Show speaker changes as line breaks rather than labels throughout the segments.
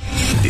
The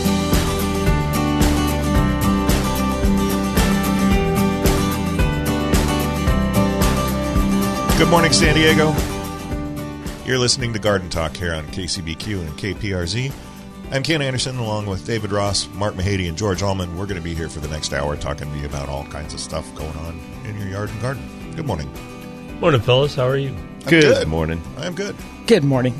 Good morning, San Diego. You're listening to Garden Talk here on KCBQ and KPRZ. I'm Ken Anderson, along with David Ross, Mark Mahady, and George Allman. We're going to be here for the next hour talking to you about all kinds of stuff going on in your yard and garden. Good morning.
Morning, fellas. How are you?
I'm good.
morning.
I'm good.
Good morning.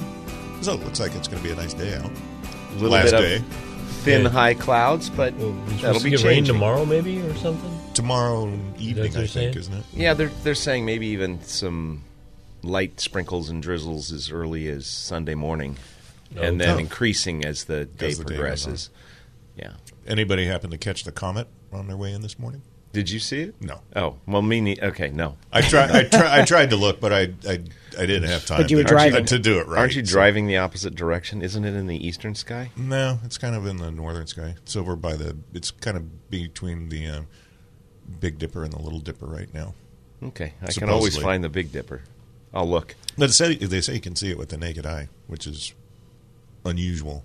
So it looks like it's going to be a nice day out.
A little
Last
bit of
day.
thin
Yeah.
high clouds, but
We're supposed
that'll
to
be
get rain
changing.
tomorrow, maybe, or something.
Tomorrow evening,
what
I
you're
think,
saying?
isn't it?
Yeah, they're they're saying maybe even some light sprinkles and drizzles as early as Sunday morning, and then
Oh.
increasing as the day
As the day goes
progresses. yeah.
Anybody happen to catch the comet on their way in this morning?
Did you see it?
No.
Oh well, me. Ne- okay, no.
I tried. I, try, I tried to look, but I, I, I didn't have time.
But you were
to-
driving.
to do it right.
Aren't you
so-
driving the opposite direction? Isn't it in the eastern sky?
No, it's kind of in the northern sky. It's over by the. It's kind of between the um, Big Dipper and the Little Dipper right now.
Okay, I can always
Supposedly.
find the Big Dipper. I'll look.
But it say, they say you can see it with the naked eye, which is unusual.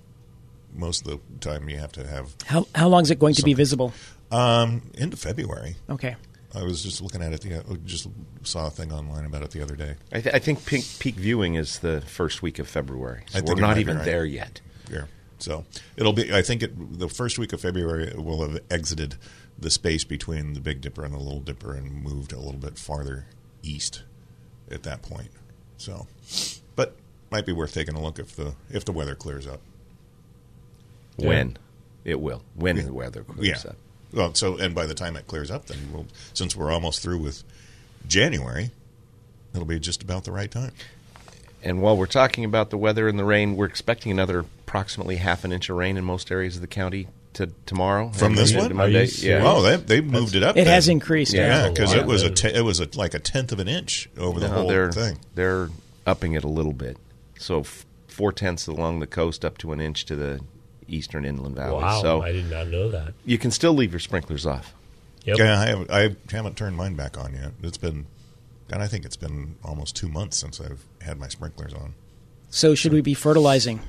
Most of the time, you have to have
How how long is it going to be
Something.
visible?
um, into February.
Okay.
I was just looking at it. The, I just saw a thing online about it the other day.
I, th- I think peak, peak viewing is the first week of February.
I
So
think
we're
it might
not
be
even
right.
there yet.
Yeah. So it'll be. I think it, the first week of February it will have exited the space between the Big Dipper and the Little Dipper and moved a little bit farther east at that point. So, but might be worth taking a look if the if the weather clears up.
Yeah.
When it will. When the weather clears
yeah.
up.
Well, so and by the time it clears up, then we'll since we're almost through with January, it'll be just about the right time.
And while we're talking about the weather and the rain, we're expecting another approximately half an inch of rain in most areas of the county to tomorrow.
From
and
this
into
one?
Monday.
Are you
yeah.
Oh, they they moved it up.
It has
then.
increased.
Yeah.
Yeah, because
That's a
it was a
lot
te- it was a, like a tenth of an inch over the
No,
whole
they're
thing.
they're upping it a little bit. So f- four tenths along the coast, up to an inch to the eastern inland valley.
Wow,
so
I did not know that.
you can still leave your sprinklers off.
Yep.
Yeah, I haven't, I haven't turned mine back on yet. It's been, and I think it's been almost two months since I've had my sprinklers on.
So should we be fertilizing?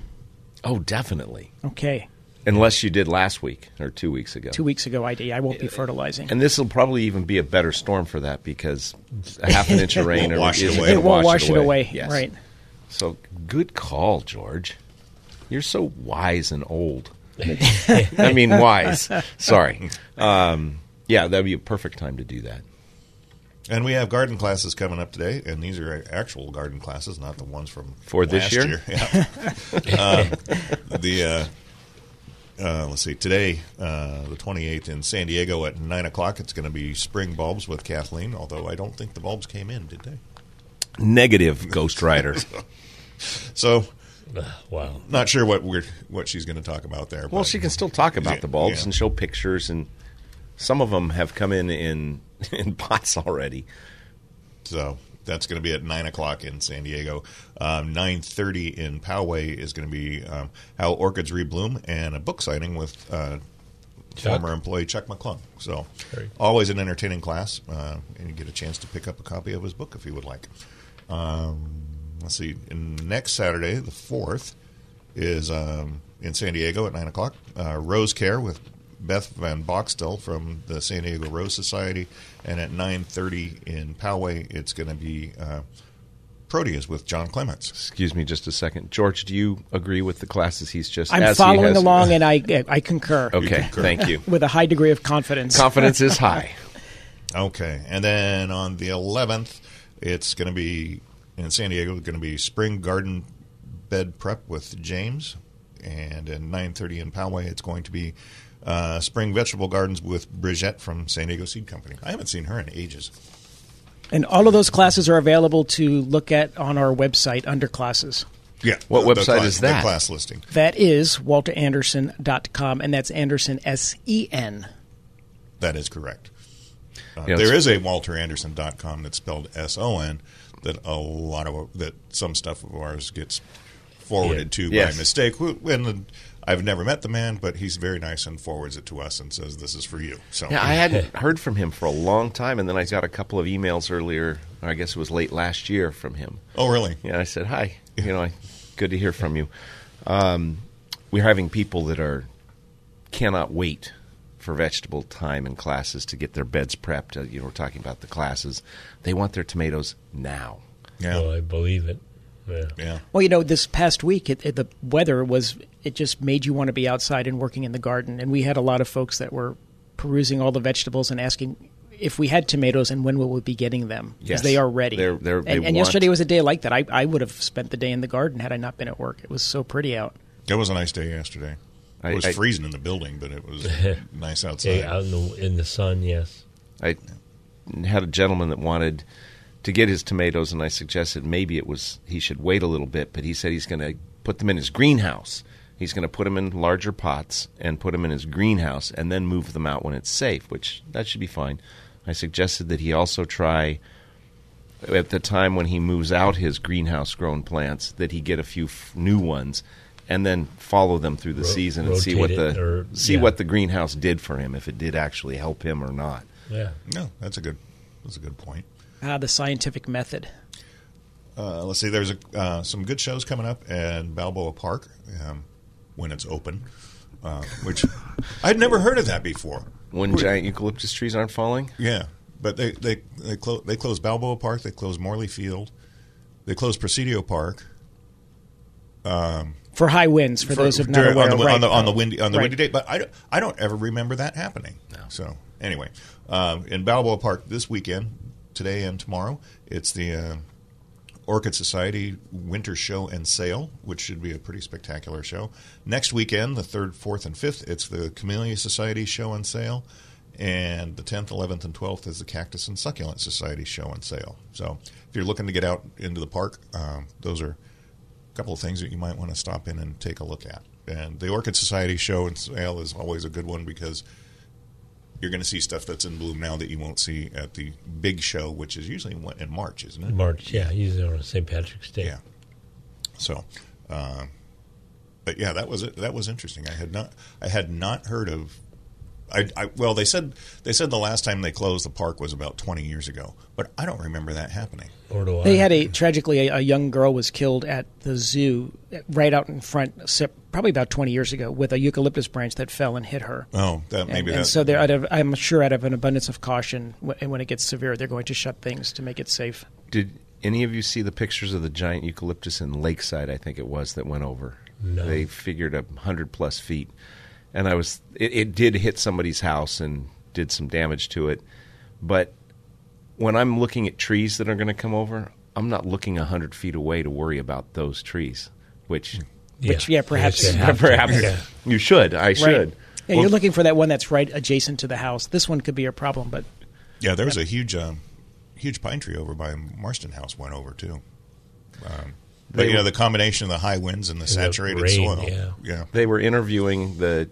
Oh, definitely.
Okay.
Unless you did last week or two weeks ago.
Two weeks ago, I did. I won't be fertilizing.
And this will probably even be a better storm for that because a half an inch of rain
Won't
or
wash it
isn't
away.
gonna
it won't wash it away.
Yes.
Right.
So good call, George. You're so wise and old. I mean, wise. Sorry. Um, yeah, that'd be a perfect time to do that.
And we have garden classes coming up today, and these are actual garden classes, not the ones from
For this
last
year?
Yeah. uh, the uh, uh, let's see, today uh, the twenty eighth in San Diego at nine o'clock. It's going to be spring bulbs with Kathleen. Although I don't think the bulbs came in, did they?
Negative Ghost Rider.
So
wow.
not sure what we're what she's going to talk about there.
well,
but-
she can still talk about the bulbs
Yeah.
and show pictures, and some of them have come in in, in pots already.
So that's going to be at nine o'clock in San Diego. Um, nine thirty in Poway is going to be um, how orchids rebloom and a book signing with uh,
Chuck.
former employee Chuck McClung. So
Very-
always an entertaining class, uh, and you get a chance to pick up a copy of his book if you would like. Um, let's see. And next Saturday, the fourth, is um, in San Diego at nine o'clock. Uh, Rose Care with Beth Van Boxtel from the San Diego Rose Society, and at 9:30 in Poway, it's going to be uh, Proteus with John Clements.
Excuse me just a second. George, do you agree with the classes he's just
I'm
as he
following
has-
along, and I I concur
Okay, thank you.
with a high degree of confidence.
Confidence is high.
Okay, and then on the 11th, it's going to be in San Diego. Going to be spring garden bed prep with James, and at 9:30 in Poway, it's going to be uh, spring vegetable gardens with Bridgette from San Diego Seed Company. I haven't seen her in ages.
and all of those classes are available to look at on our website under classes.
Yeah,
What website is
the
that?
class listing.
That is walteranderson.com, and that's Anderson S E N.
That is correct. Uh,
Yeah,
there
it's-
is a walteranderson.com that's spelled S O N that a lot of that some stuff of ours gets forwarded to
Yes.
by mistake. Wh- And the- I've never met the man, but he's very nice and forwards it to us and says this is for you. So
Yeah, I hadn't heard from him for a long time, and then I got a couple of emails earlier. Or I guess it was late last year from him.
oh really?
Yeah, I said hi. You know, I, good to hear from you. Um, we're having people that are cannot wait for vegetable time and classes to get their beds prepped. Uh, you know, we're talking about the classes. They want their tomatoes now.
Yeah,
Well, I believe it. Yeah.
yeah.
Well, you know, this past week, it, it, the weather was, it just made you want to be outside and working in the garden. And we had a lot of folks that were perusing all the vegetables and asking if we had tomatoes and when we would be getting them. Because
Yes.
they are ready.
They're- they're-
and
they
and
want-
yesterday was a day like that. I, I would have spent the day in the garden had I not been at work. It was so pretty out.
It was a nice day yesterday.
I-
it was
I-
freezing in the building, but it was nice outside.
Yeah, out in the in the sun, yes.
I had a gentleman that wanted to get his tomatoes, and I suggested maybe it was he should wait a little bit, but he said he's going to put them in his greenhouse. He's going to put them in larger pots and put them in his greenhouse, and then move them out when it's safe, which that should be fine. I suggested that he also try at the time when he moves out his greenhouse grown plants that he get a few f- new ones and then follow them through the
Ro-
season and see what
rotate it
the
or-
see
yeah.
what the greenhouse did for him if it did actually help him or not.
Yeah.
No, that's a good that's a good point.
Ah, the scientific method.
Uh, let's see. There's a, uh, some good shows coming up at Balboa Park um, when it's open, uh, which I'd never heard of that before.
When giant eucalyptus trees aren't falling?
Yeah, but they they they, clo- they close Balboa Park. They close Morley Field. They close Presidio Park
For high winds, for, those of not
during-
aware.
on the,
right.
on the on the windy on the
Right.
windy day. But I don't, I don't ever remember that happening. So anyway, um, in Balboa Park this weekend, today and tomorrow, it's the uh, Orchid Society Winter Show and Sale, which should be a pretty spectacular show. Next weekend, the third, fourth, and fifth, it's the Camellia Society Show and Sale. And the 10th, 11th, and 12th is the Cactus and Succulent Society show and sale. So, if you're looking to get out into the park, um, those are couple of things that you might want to stop in and take a look at. And the Orchid Society show and sale is always a good one because you're going to see stuff that's in bloom now that you won't see at the big show, which is usually in in March, isn't it?
March, yeah, usually on St. Patrick's Day.
Yeah. So, uh, but yeah, that was it. That was interesting. I had not, I had not heard of. I, I well, they said they said the last time they closed the park was about 20 years ago, but I don't remember that happening.
Or do I?
They had a tragically a, a young girl was killed at the zoo uh, right out in front, se- probably about twenty years ago, with a eucalyptus branch that fell and hit her.
Oh, that
and,
maybe
and
that,
so they're out of, I'm sure out of an abundance of caution, wh- and when it gets severe, they're going to shut things to make it safe.
Did any of you see the pictures of the giant eucalyptus in Lakeside? I think it was that went over.
No.
They figured a hundred plus feet, and I was it, it did hit somebody's house and did some damage to it. But when I'm looking at trees that are going to come over, I'm not looking a hundred feet away to worry about those trees, which
Which, yeah, perhaps-
Yes, you have to.
perhaps you should. I should.
Yeah,
Well,
you're looking for that one that's right adjacent to the house. This one could be a problem, but
Yeah, there was a huge, um, huge pine tree over by Marston House went over too. Um, but
They-
you know the combination of the high winds and the saturated
rain,
soil.
yeah.
yeah,
they were interviewing the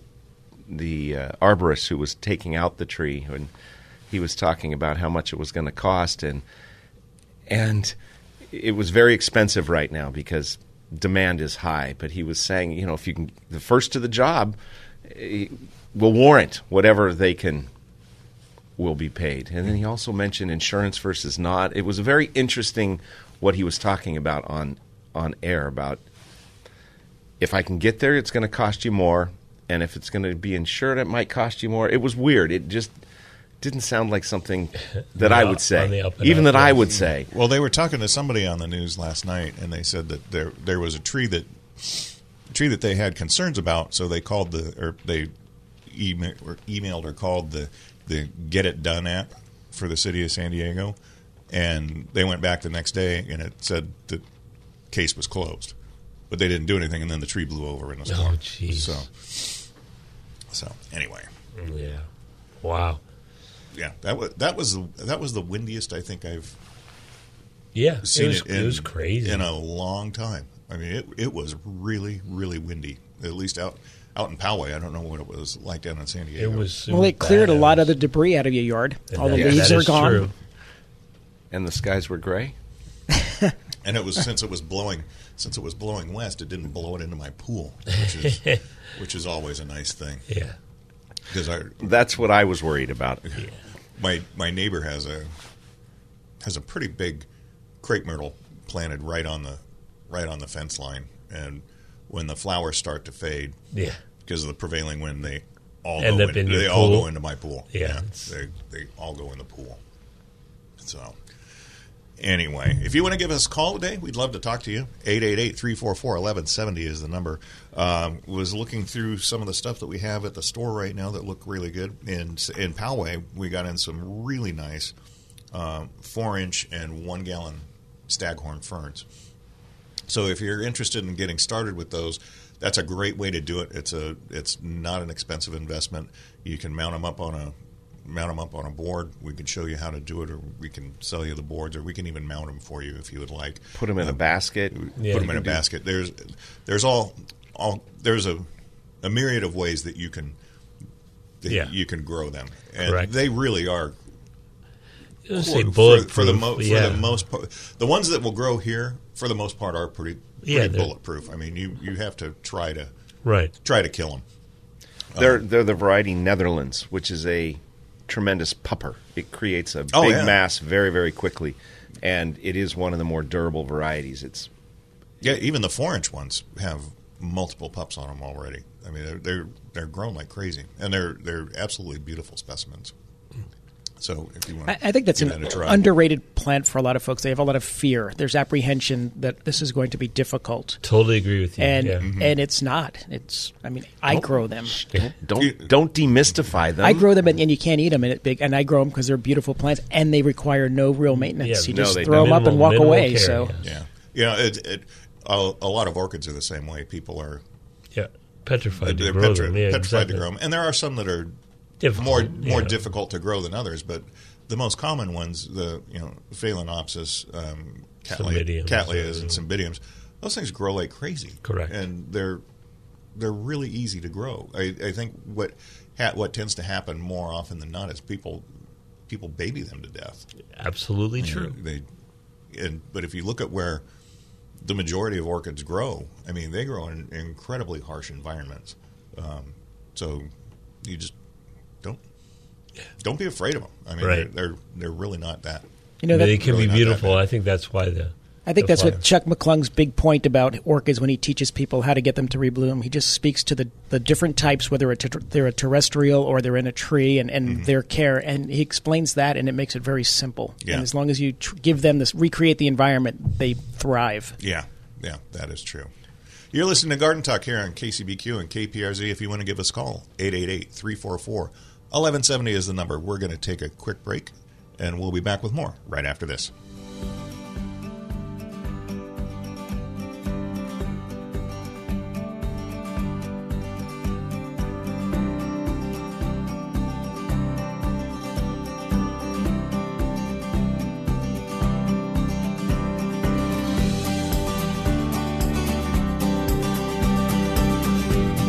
the uh, arborist who was taking out the tree, and he was talking about how much it was going to cost, and and it was very expensive right now because demand is high. But he was saying, you know, if you can the first to the job eh, will warrant whatever they can will be paid. And then he also mentioned insurance versus not. It was very interesting what he was talking about on on air about if I can get there, it's going to cost you more. and if it's going to be insured, it might cost you more. It was weird. It just didn't sound like something that I
On
would
the
say,
up and
even
up,
that I
yes.
would say.
Well, they were talking to somebody on the news last night, and they said that there there was a tree that a tree that they had concerns about. So they called the or they email, or emailed or called the the Get It Done app for the city of San Diego, and they went back the next day and it said the case was closed, but they didn't do anything, and then the tree blew over in a storm.
jeez.
So so anyway,
Yeah. Wow.
yeah, that was that was that was the windiest I think I've
Yeah.
seen
it, was,
it, in,
it was crazy.
in a long time. I mean, it it was really really windy. At least out out in Poway, I don't know what it was like down in San Diego.
it was.
Well,
was
it cleared a
bad.
lot of the debris out of your yard.
And
All the
that- that
leaves are
is
gone.
true.
And the skies were gray.
and it was since it was blowing since it was blowing west, it didn't blow it into my pool, which is which is always a nice thing
Yeah.
because I
That's what I was worried about.
my my neighbor has a has a pretty big crepe myrtle planted right on the right on the fence line, and when the flowers start to fade,
Yeah.
because of the prevailing wind, they all
End
go
up
in,
in your
they all
pool.
go into my pool.
Yeah, it's-
they they all go in the pool. So anyway, if you want to give us a call today, we'd love to talk to you. 888-344-1170 is the number. Um, was looking through some of the stuff that we have at the store right now that look really good. In in Poway, we got in some really nice um, four inch and one gallon staghorn ferns. So if you're interested in getting started with those, that's a great way to do it. It's a it's not an expensive investment. You can mount them up on a mount 'em up on a board. We can show you how to do it, or we can sell you the boards, or we can even mount them for you if you would like.
Put them in a basket.
Yeah,
Put them
you
in a
can do-
basket. There's there's all all there's a a myriad of ways that you can that
Yeah.
you can grow them, and
Correct.
they really are
It was say
for-
bulletproof.
for the mo-
yeah.
for the most part. The ones that will grow here, for the most part, are pretty, pretty
Yeah, they're-
bulletproof. I mean, you, you have to try to
Right.
try to kill them.
They're they're the variety Netherlands, which is a tremendous pupper. It creates a
Oh,
big
yeah.
mass very very quickly, and it is one of the more durable varieties. It's
Yeah, even the four inch ones have multiple pups on them already. I mean, they're they're, they're grown like crazy, and they're they're absolutely beautiful specimens. So if you want,
I, I think that's
give
an
that a try.
underrated plant for a lot of folks. They have a lot of fear. There's apprehension that this is going to be difficult,
Totally agree with you.
and
yeah. Mm-hmm.
Mm-hmm.
and it's not. It's I mean I grow them.
don't don't demystify them.
I grow them and, and you can't eat them, and it big. And I grow them because they're beautiful plants, and they require no real maintenance.
Yeah,
you
no,
just
they
throw them up and
Minimal-
walk
minimal
away.
care,
so
yeah.
yeah, yeah, it, it, a, a lot of orchids are the same way. People are
Yeah. Petrified to
they're
grow
petri-
them. Yeah,
petrified
exactly.
to grow them, and there are some that are
Difficult,
more
yeah.
more difficult to grow than others, but the most common ones, the you know phalaenopsis, um, cattleya,
Cymbidiums.
cattleyas, and cymbidiums, those things grow like crazy.
Correct.
and they're they're really easy to grow. I, I think what ha- what tends to happen more often than not is people people baby them to death.
Absolutely true.
They and but if you look at where the majority of orchids grow, I mean they grow in incredibly harsh environments. Um, so you just don't don't be afraid of them. I mean
Right.
they're, they're they're really not that.
you know
they
that,
can
really
be
not that
beautiful.
bad.
I think that's why the.
I think
the
that's what
flowers-
Chuck McClung's big point about orchids when he teaches people how to get them to rebloom. He just speaks to the, the different types, whether a ter- they're a terrestrial or they're in a tree, and, and their care. And he explains that, and it makes it very simple.
Yeah.
And as long as you tr- give them this, recreate the environment, they thrive.
Yeah, yeah, that is true. You're listening to Garden Talk here on KCBQ and KPRZ. If you want to give us a call, 888 344 1170 is the number. We're going to take a quick break and we'll be back with more right after this.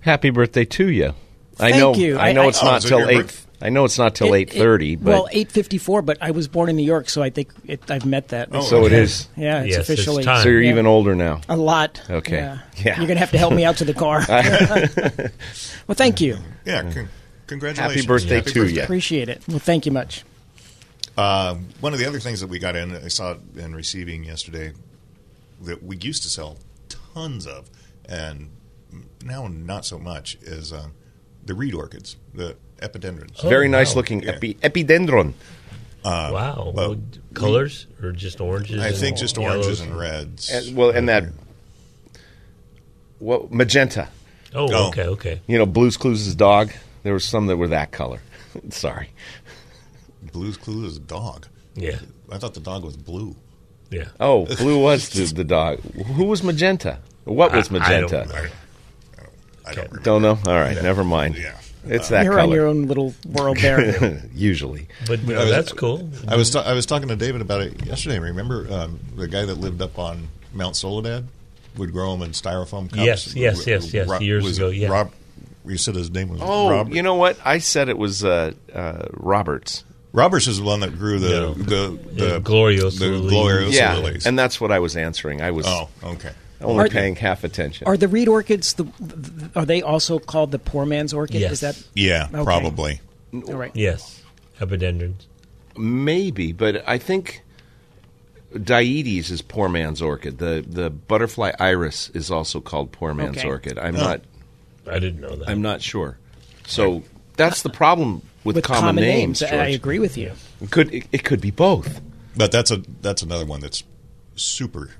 Happy birthday to you. I
Thank
know.
you.
I
I-
know
I-
it's
Oh,
not
is it
till
your
eight.
birth-
I know it's not till
It-
eight thirty,
it-
but
well, eight fifty-four. But I was born in New York, so I think it, I've met that.
Oh,
so it is.
Yeah, it's
Yes, it's
officially
time.
So you're
Yeah.
even older now.
a lot.
Okay.
Yeah.
Yeah.
You're gonna have to help me out to the car. well, thank you.
Yeah, con- congratulations.
Happy birthday to
birthday.
ya.
Appreciate it. Well, thank you much.
Uh, one of the other things that we got in, I saw it in receiving yesterday, that we used to sell tons of, and now not so much, is um, the reed orchids, the epidendrons.
Very
Oh,
nice
wow.
looking
Yeah.
epi- epidendron.
wow.
well,
Well, colors or just oranges?
I
and
think just
yellows
oranges and reds.
And- well, and that well magenta.
Oh,
Oh.
okay, okay.
You know, Blue's Clues' dog. There were some that were that color. Sorry.
Blue's Clues is a dog.
Yeah,
I thought the dog was blue.
yeah.
Oh, blue was the, the dog. Who was magenta? What was
I- I
magenta?
don't
don't,
I, I, don't, I don't remember.
know. All right, never mind.
Yeah.
It's that
You're on your
color.
own little world there.
Usually,
But no,
was-
that's cool.
I was ta- I was talking to David about it yesterday. Remember um, the guy that lived up on Mount Soledad would grow them in styrofoam cups.
Yes, yes, yes, yes, years
was
ago,
it
yeah.
Rob, you said his name was.
Oh,
Rob-
you know what? I said it was uh, uh, Roberts.
Roberts is the one that grew the
Yeah.
the the,
Yeah, Gloriosa
the
lilies.
Gloriosa
yeah,
lilies.
and that's what I was answering. I was
oh, okay.
only
Are-
paying half attention.
Are the reed orchids the? th- Are they also called the poor man's orchid?
Yes.
Is that
Yeah,
Okay.
probably.
all right?
Yes, epidendrons.
Maybe, but I think Dietes is poor man's orchid. The the butterfly iris is also called poor man's
Okay.
orchid.
Oh.
I'm not
I didn't know that.
I'm not sure. So that's the problem with,
With
common, names.
I I
George.
agree with you.
It could it, it could be both.
But that's a that's another one that's super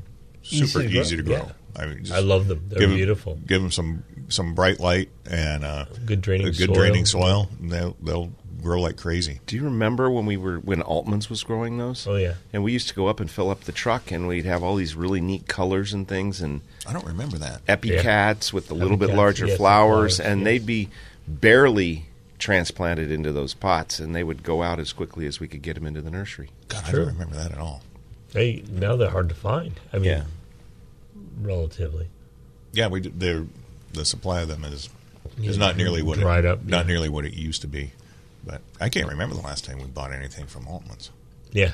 super
Easy
easy,
to
to
grow,
grow. I, mean, just
I love them. They're
give 'em-
beautiful.
Give them some some bright light and uh,
Good draining
a good
soil.
draining soil. And they'll they'll grow like crazy.
Do you remember when we were when Altman's was growing those?
Oh, yeah.
And we used to go up and fill up the truck, and we'd have all these really neat colors and things, and
I don't remember that.
epicats with a little bit
Epicats,
larger
yes, the
flowers,
flowers,
and
yes.
they'd be barely transplanted into those pots, and they would go out as quickly as we could get them into the nursery.
God, I
Sure.
don't remember that at all.
They now they're hard to find. I mean,
Yeah.
relatively.
Yeah, we did- they're the supply of them is is
Yeah,
not nearly what
dried
it,
up,
not
yeah.
nearly what it used to be. But I can't remember the last time we bought anything from Altman's.
Yeah,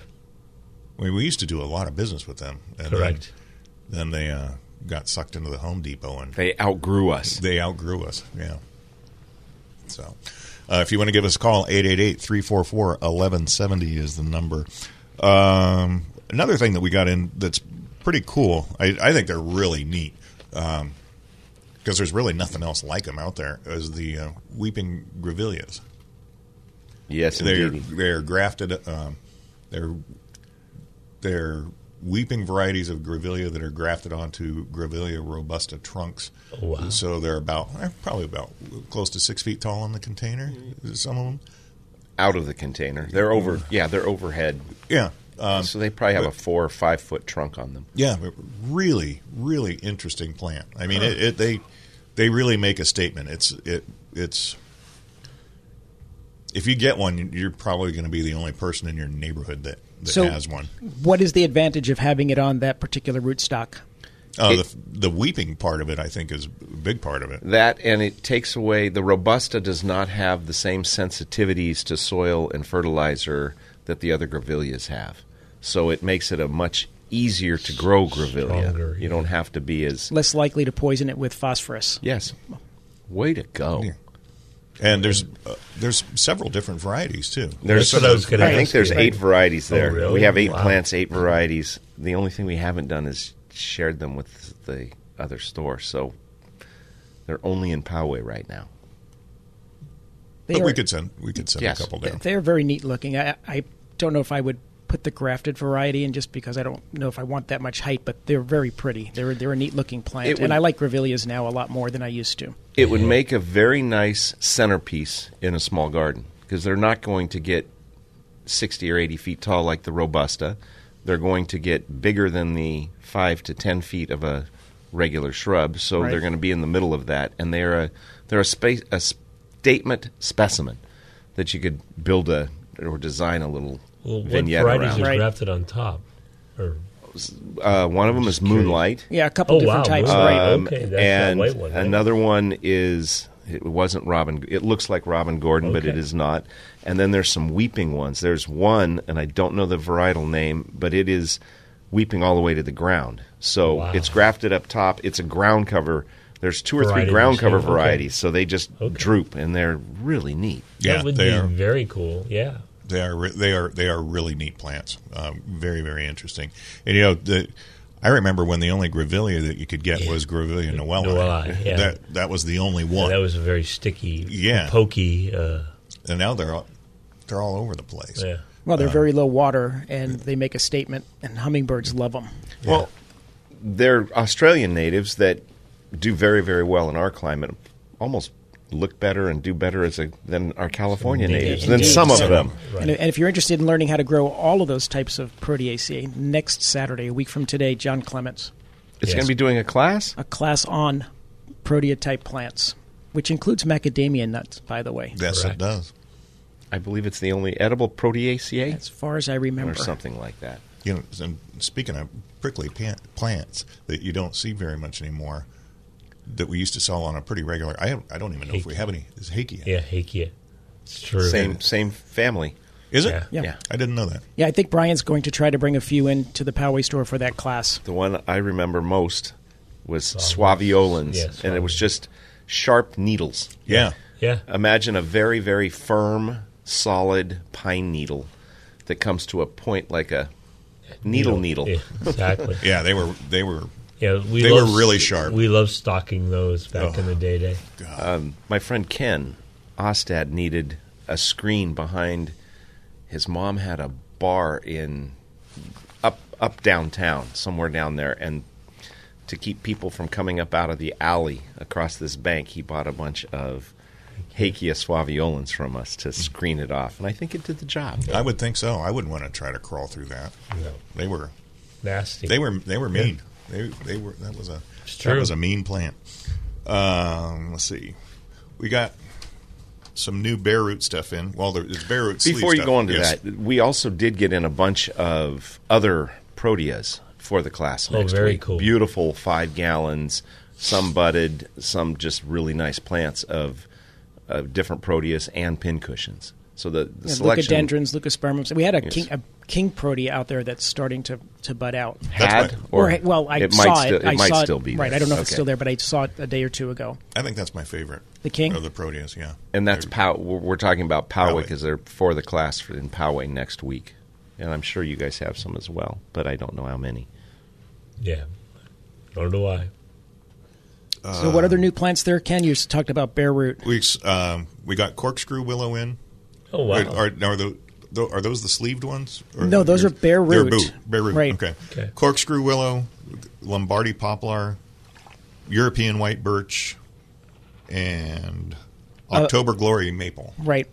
We, we used to do a lot of business with them. And
correct.
Then, then they uh, got sucked into the Home Depot and
They outgrew us.
they outgrew us. Yeah. So, uh, if you want to give us a call, 888-344-1170 is the number. Um, another thing that we got in that's pretty cool. I, I think they're really neat because there's really nothing else like them out there. Is the uh, weeping grevilleas?
yes,
They're
indeed.
they're grafted. Um, they're they're weeping varieties of grevillea that are grafted onto grevillea robusta trunks.
Oh, wow.
So they're about eh, probably about close to six feet tall in the container. Some of them,
Out of the container. They're over. Yeah, they're overhead.
yeah, uh,
Um,
so they probably have a four or five foot trunk on them.
yeah, but really, really interesting plant. I mean, it, it they they really make a statement. It's it it's. If you get one, you're probably going to be the only person in your neighborhood that, that
So-
has one.
What is the advantage of having it on that particular rootstock?
Uh,
It-
the, the weeping part of it, I think, is a big part of it.
That and it takes away the robusta does not have the same sensitivities to soil and fertilizer that the other grevilleas have. So it makes it a much easier to grow grevillea.
Stronger,
you don't have to be as
Less likely to poison it with phosphorus.
Yes. Way to go.
And there's uh, there's several different varieties too.
There's
That's what I was gonna
I think
ask
there's
you.
eight varieties
Oh,
there.
really?
We have eight
Wow.
plants, eight varieties. The only thing we haven't done is shared them with the other store. So they're only in Poway right now.
They
but we
are-
could send we could send
Yes.
a couple down.
They're very neat looking. I, I don't know if I would put the grafted variety in just because I don't know if I want that much height, but they're very pretty. They're they're a neat looking plant,
It would-
and I like grevilleas now a lot more than I used to.
It would make a very nice centerpiece in a small garden because they're not going to get 60 or 80 feet tall like the Robusta. They're going to get bigger than the 5 to 10 feet of a regular shrub, so
Right.
they're going to be in the middle of that. And they're a, they're a, space, a statement specimen that you could build a or design a little
Well, what
vignette
varieties
around.
are
Right.
grafted on top? Or
Uh, one of them is Moonlight.
Yeah, a couple
Oh,
different
wow,
types.
moon.
right.
Um, Okay, that's that
and
white one, right?
another one is it wasn't Robin. It looks like Robin Gordon, but it
Okay.
is not. And then there's some weeping ones. There's one, and I don't know the varietal name, but it is weeping all the way to the ground. So
Wow.
it's grafted up top. It's a ground cover. There's two or
Variety
three
of
ground
shape,
cover
okay.
varieties, so they just
Okay.
droop, and they're really neat.
Yeah,
that would
they
be
are.
very cool. Yeah.
They are re- they are they are really neat plants. Um, very very interesting. And you know the. I remember when the only grevillea that you could get was grevillea noella.
Noelli, yeah.
That that was the only one.
That was a very sticky,
Yeah.
pokey. Uh,
and now they're all, they're all over the place.
yeah.
Well,
Uh.
they're very low water, and they make a statement, and hummingbirds love them.
Well, they're Australian natives that do very, very well in our climate. Almost look better and do better as a, than our California
Indeed.
natives, than
Indeed.
some of
Some
them.
And, and if you're interested in learning how to grow all of those types of proteaceae, next Saturday, a week from today, John Clements,
It's
Yes.
going to be doing a class.
a class on proteotype plants, which includes macadamia nuts, by the way,
Yes, it does.
I believe it's the only edible proteaceae
as far as I remember.
or something like that.
You know, and speaking of prickly pan- plants that you don't see very much anymore, that we used to sell on a pretty regular. I have, I don't even know if we have any. Is Hakea?
Yeah, Hakia. It's true.
Same, same family.
Is it?
Yeah.
Yeah.
Yeah.
I didn't know that.
Yeah, I think Brian's going to try to bring a few into the Poway store for that class.
The one I remember most was suaviolens,
Yeah,
and it was
suaviolens.
just sharp needles.
Yeah.
Yeah.
Imagine a very, very firm, solid pine needle that comes to a point like a needle needle.
Yeah, exactly.
Yeah, they were they were
Yeah, we
They
love-
were really sharp. Oh,
We loved stocking those back in the day. Day.
My friend Ken Ostad needed a screen behind his mom had a bar in up up downtown, somewhere down there, and to keep people from coming up out of the alley across this bank, he bought a bunch of Hakia suaviolens from us to screen it off, and I think it did the job.
I would think so. I wouldn't want to try to crawl through that.
No.
They were
Nasty.
they were they were mean. They they were that was a that
true.
was a mean plant. Um, let's see. We got some new bare root stuff in. Well, there, it's bare root. sleeve
Before you
stuff.
go on to
Yes.
that, we also did get in a bunch of other proteas for the class
Oh,
next
very
week.
cool.
Beautiful five gallons, some budded, some just really nice plants of, of different proteas and pincushions. So the, the
Yeah,
selection
leucodendrons, leucospermums. We had a
Yes.
king a king protea out there that's starting to, to bud out.
had,
That's
or,
well, I
it
saw
might still,
it. I
might
saw
still
it,
be
right.
there.
I don't know if it's
Okay.
still there, but I saw it a day or two ago.
I think that's my favorite.
The king?
of the proteas. Yeah,
And that's Pow. We're we're talking about Poway
Poway.
because they're for the class for- in Poway next week, and I'm sure you guys have some as well, but I don't know how many.
yeah. Nor do I.
so,
Uh.
what other new plants there, Ken? You talked about bare root.
we ex- um, we got corkscrew willow in.
Oh wow.
Are, are, are the tho- are those the sleeved ones? Or
No, those are bare
They're
root.
boo- bare root.
Right.
Okay.
Okay.
Corkscrew willow, Lombardy poplar, European white birch, and
Uh,
October glory maple.
Right.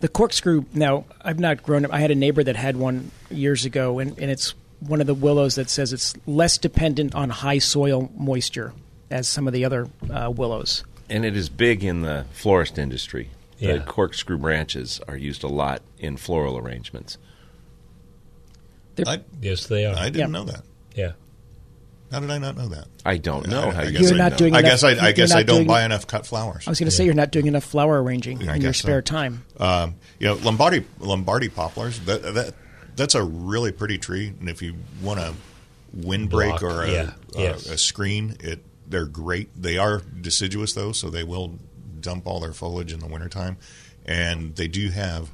The corkscrew. Now, I've not grown up. I had a neighbor that had one years ago, and, and it's one of the willows that says it's less dependent on high soil moisture as some of the other uh, willows.
And it is big in the florist industry.
Yeah.
The corkscrew branches are used a lot in floral arrangements.
I
yes, they are.
I didn't
Yeah.
know that.
yeah.
How did I not know that?
I don't know
I-
how
I
you
guess
would
You're not
know.
doing
I
enough-
guess I, I
you're
guess I
not
don't
doing-
buy enough cut flowers.
I was going to say you're not doing enough flower arranging
I
in your
guess so.
spare time.
Um, you know, Lombardi Lombardi poplars. That, that that's a really pretty tree, and if you want a windbreak
Block,
or a,
yeah,
a,
yes.
a screen, it they're great. They are deciduous though, so they will dump all their foliage in the wintertime, and they do have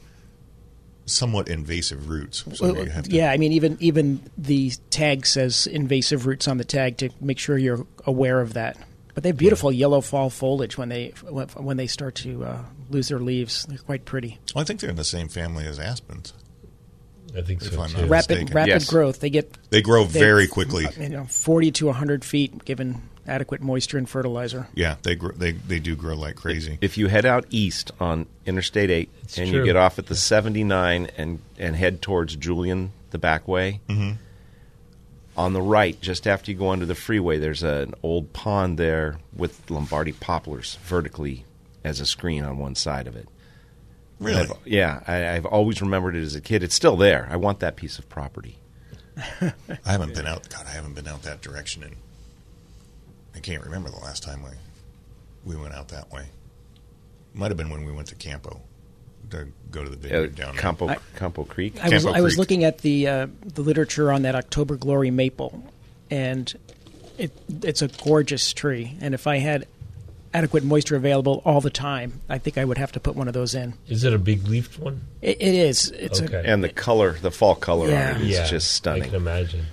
somewhat invasive roots. So
Well,
you have to,
yeah, I mean, even even the tag says invasive roots on the tag to make sure you're aware of that. But they have beautiful yellow fall foliage when they when they start to uh, lose their leaves. They're quite pretty.
Well, I think they're in the same family as aspens.
I think
If
so
I'm
too.
not Yeah.
rapid
mistaken.
rapid
Yes.
growth. They get
They grow
they-
very quickly.
You know, forty to hundred feet, given adequate moisture and fertilizer.
Yeah, they grow, they they do grow like crazy.
If you head out east on Interstate 8
It's
and
true.
you get off at the 79 and, and head towards Julian the back way,
Mm-hmm.
on the right, just after you go onto the freeway, there's a, an old pond there with Lombardi poplars vertically as a screen on one side of it.
Really,
I've- yeah, I, I've always remembered it as a kid. It's still there. I want that piece of property.
I haven't been out. God, I haven't been out that direction, and I can't remember the last time I we went out that way. Might have been when we went to Campo to go to the big
Uh,
Dip down there.
Campo, Campo Creek.
I was,
Campo
I was
Creek.
looking at the uh, the literature on that October Glory maple, and it it's a gorgeous tree. And if I had adequate moisture available all the time, I think I would have to put one of those in.
Is it a big leafed one?
It, it is. It's
Okay.
a,
and the color, the fall color
Yeah.
on it is just
I
stunning.
can imagine.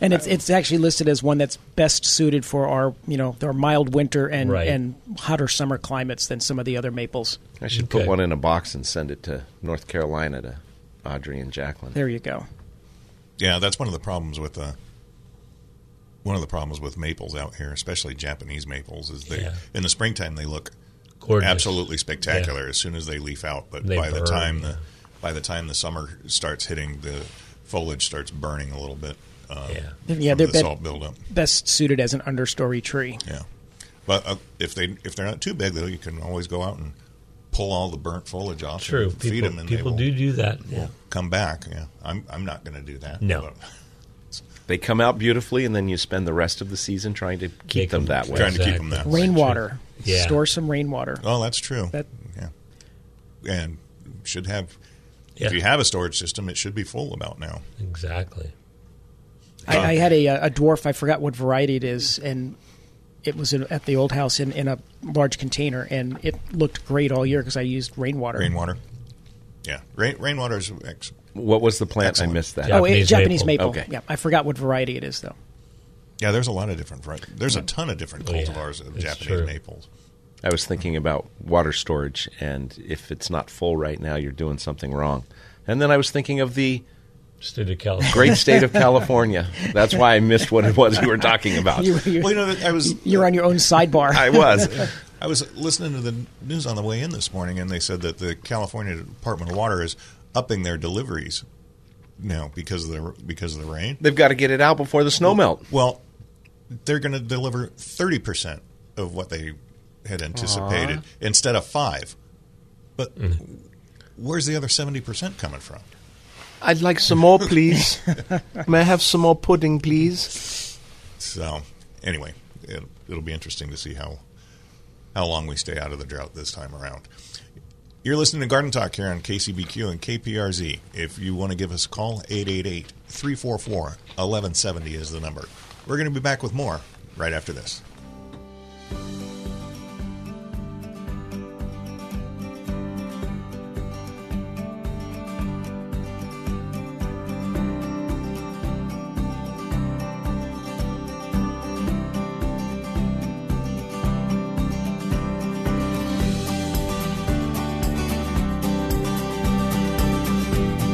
and it's it's actually listed as one that's best suited for our you know our mild winter and
Right.
and hotter summer climates than some of the other maples.
I should put
Okay.
one in a box and send it to North Carolina to Audrey and Jacqueline.
There you go.
Yeah, that's one of the problems with uh, one of the problems with maples out here, especially Japanese maples, is they
Yeah.
in the springtime they look
Gorgeous.
absolutely spectacular as soon as they leaf out. But
They
by the
burn,
time
yeah.
the by the time the summer starts hitting, the foliage starts burning a little bit. Um,
Yeah.
Yeah,
from
they're
the
bet-
salt buildup.
Best suited as an understory tree.
Yeah, but uh, if they if they're not too big, though, you can always go out and pull all the burnt foliage off.
True.
and feed
People,
them, and
people
they
do
will,
do that. Yeah.
will come back. Yeah, I'm I'm not going to do that.
No.
but-
They come out beautifully, and then you spend the rest of the season trying to keep
Make
them
them
that way.
trying to keep them
Exactly.
that way.
Rainwater.
Yeah.
Store some rainwater.
Oh, that's true.
That-
yeah, and should have.
Yeah.
If you have a storage system, it should be full about now.
Exactly.
I, I had a, uh, a dwarf. I forgot what variety it is, and it was in, at the old house in, in a large container, and it looked great all year because I used rainwater.
Rainwater. Yeah, rain rainwater is ex-
What was the plant?
Excellent.
I missed that.
Oh, it-
Japanese
Japanese maple.
maple.
Okay.
Yeah, I forgot what variety it is though.
yeah. There's a lot of different var- there's a ton of different
Oh, yeah.
cultivars of
It's
Japanese
true.
maples.
I was thinking about water storage, and if it's not full right now, you're doing something wrong. And then I was thinking of the
State of California.
great state of California. That's why I missed what it was you were talking about.
You, you,
Well, you know, I was
you're on your own sidebar.
I was.
I was listening to the news on the way in this morning, and they said that the California Department of Water is upping their deliveries now because of the because of the rain.
They've got to get it out before the snow melt.
Well, they're going to deliver thirty percent of what they had anticipated instead of five. But where's the other seventy percent coming from?
I'd like some more, please. May I have some more pudding, please?
So anyway, it, it'll be interesting to see how how long we stay out of the drought this time around. You're listening to Garden Talk here on KCBQ and KPRZ. If you want to give us a call, 888 344 1170 is the number. We're going to be back with more right after this.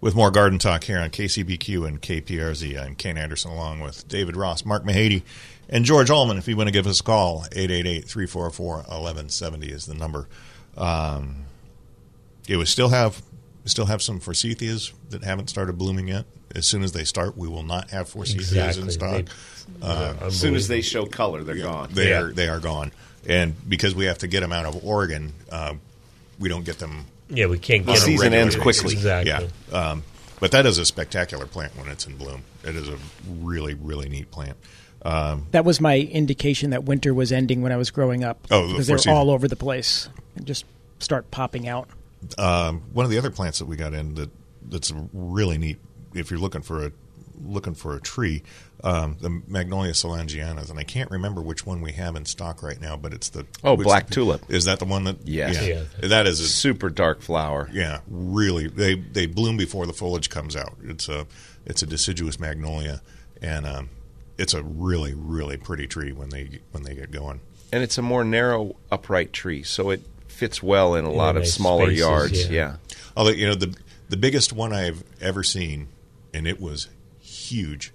with more garden talk here on KCBQ and KPRZ. I'm Kane Anderson along with David Ross, Mark Mahady, and George Allman. If you want to give us a call, 888 344 1170 is the number. Um, yeah, we still have we still have some forsythias that haven't started blooming yet. As soon as they start, we will not have forsythias in stock. Uh,
They-
As soon as they show color, they're gone.
They
Yeah.
are they are gone, and because we have to get them out of Oregon, uh, we don't get them
yeah, we can't get
The
them
season ends
regular
quickly.
Exactly.
Yeah. Um, but that is a spectacular plant when it's in bloom. It is a really, really neat plant. Um,
That was my indication that winter was ending when I was growing up.
Oh, the
because
four
they're
season.
all over the place and just start popping out.
um, one of the other plants that we got in that that's really neat. If you're looking for a looking for a tree, um, the Magnolia solangianas, and I can't remember which one we have in stock right now, but it's the
Oh,
which-
black tulip.
Is that the one that?
Yes.
Yeah.
Yeah.
That is a
Super dark flower.
Yeah, really. They they bloom before the foliage comes out. It's a it's a deciduous magnolia, and um, it's a really really pretty tree when they when they get going.
And it's a more narrow, upright tree, so it fits well in a lot of
nice
smaller
spaces, yeah.
yards. Yeah.
Although you know the the biggest one I've ever seen, and it was huge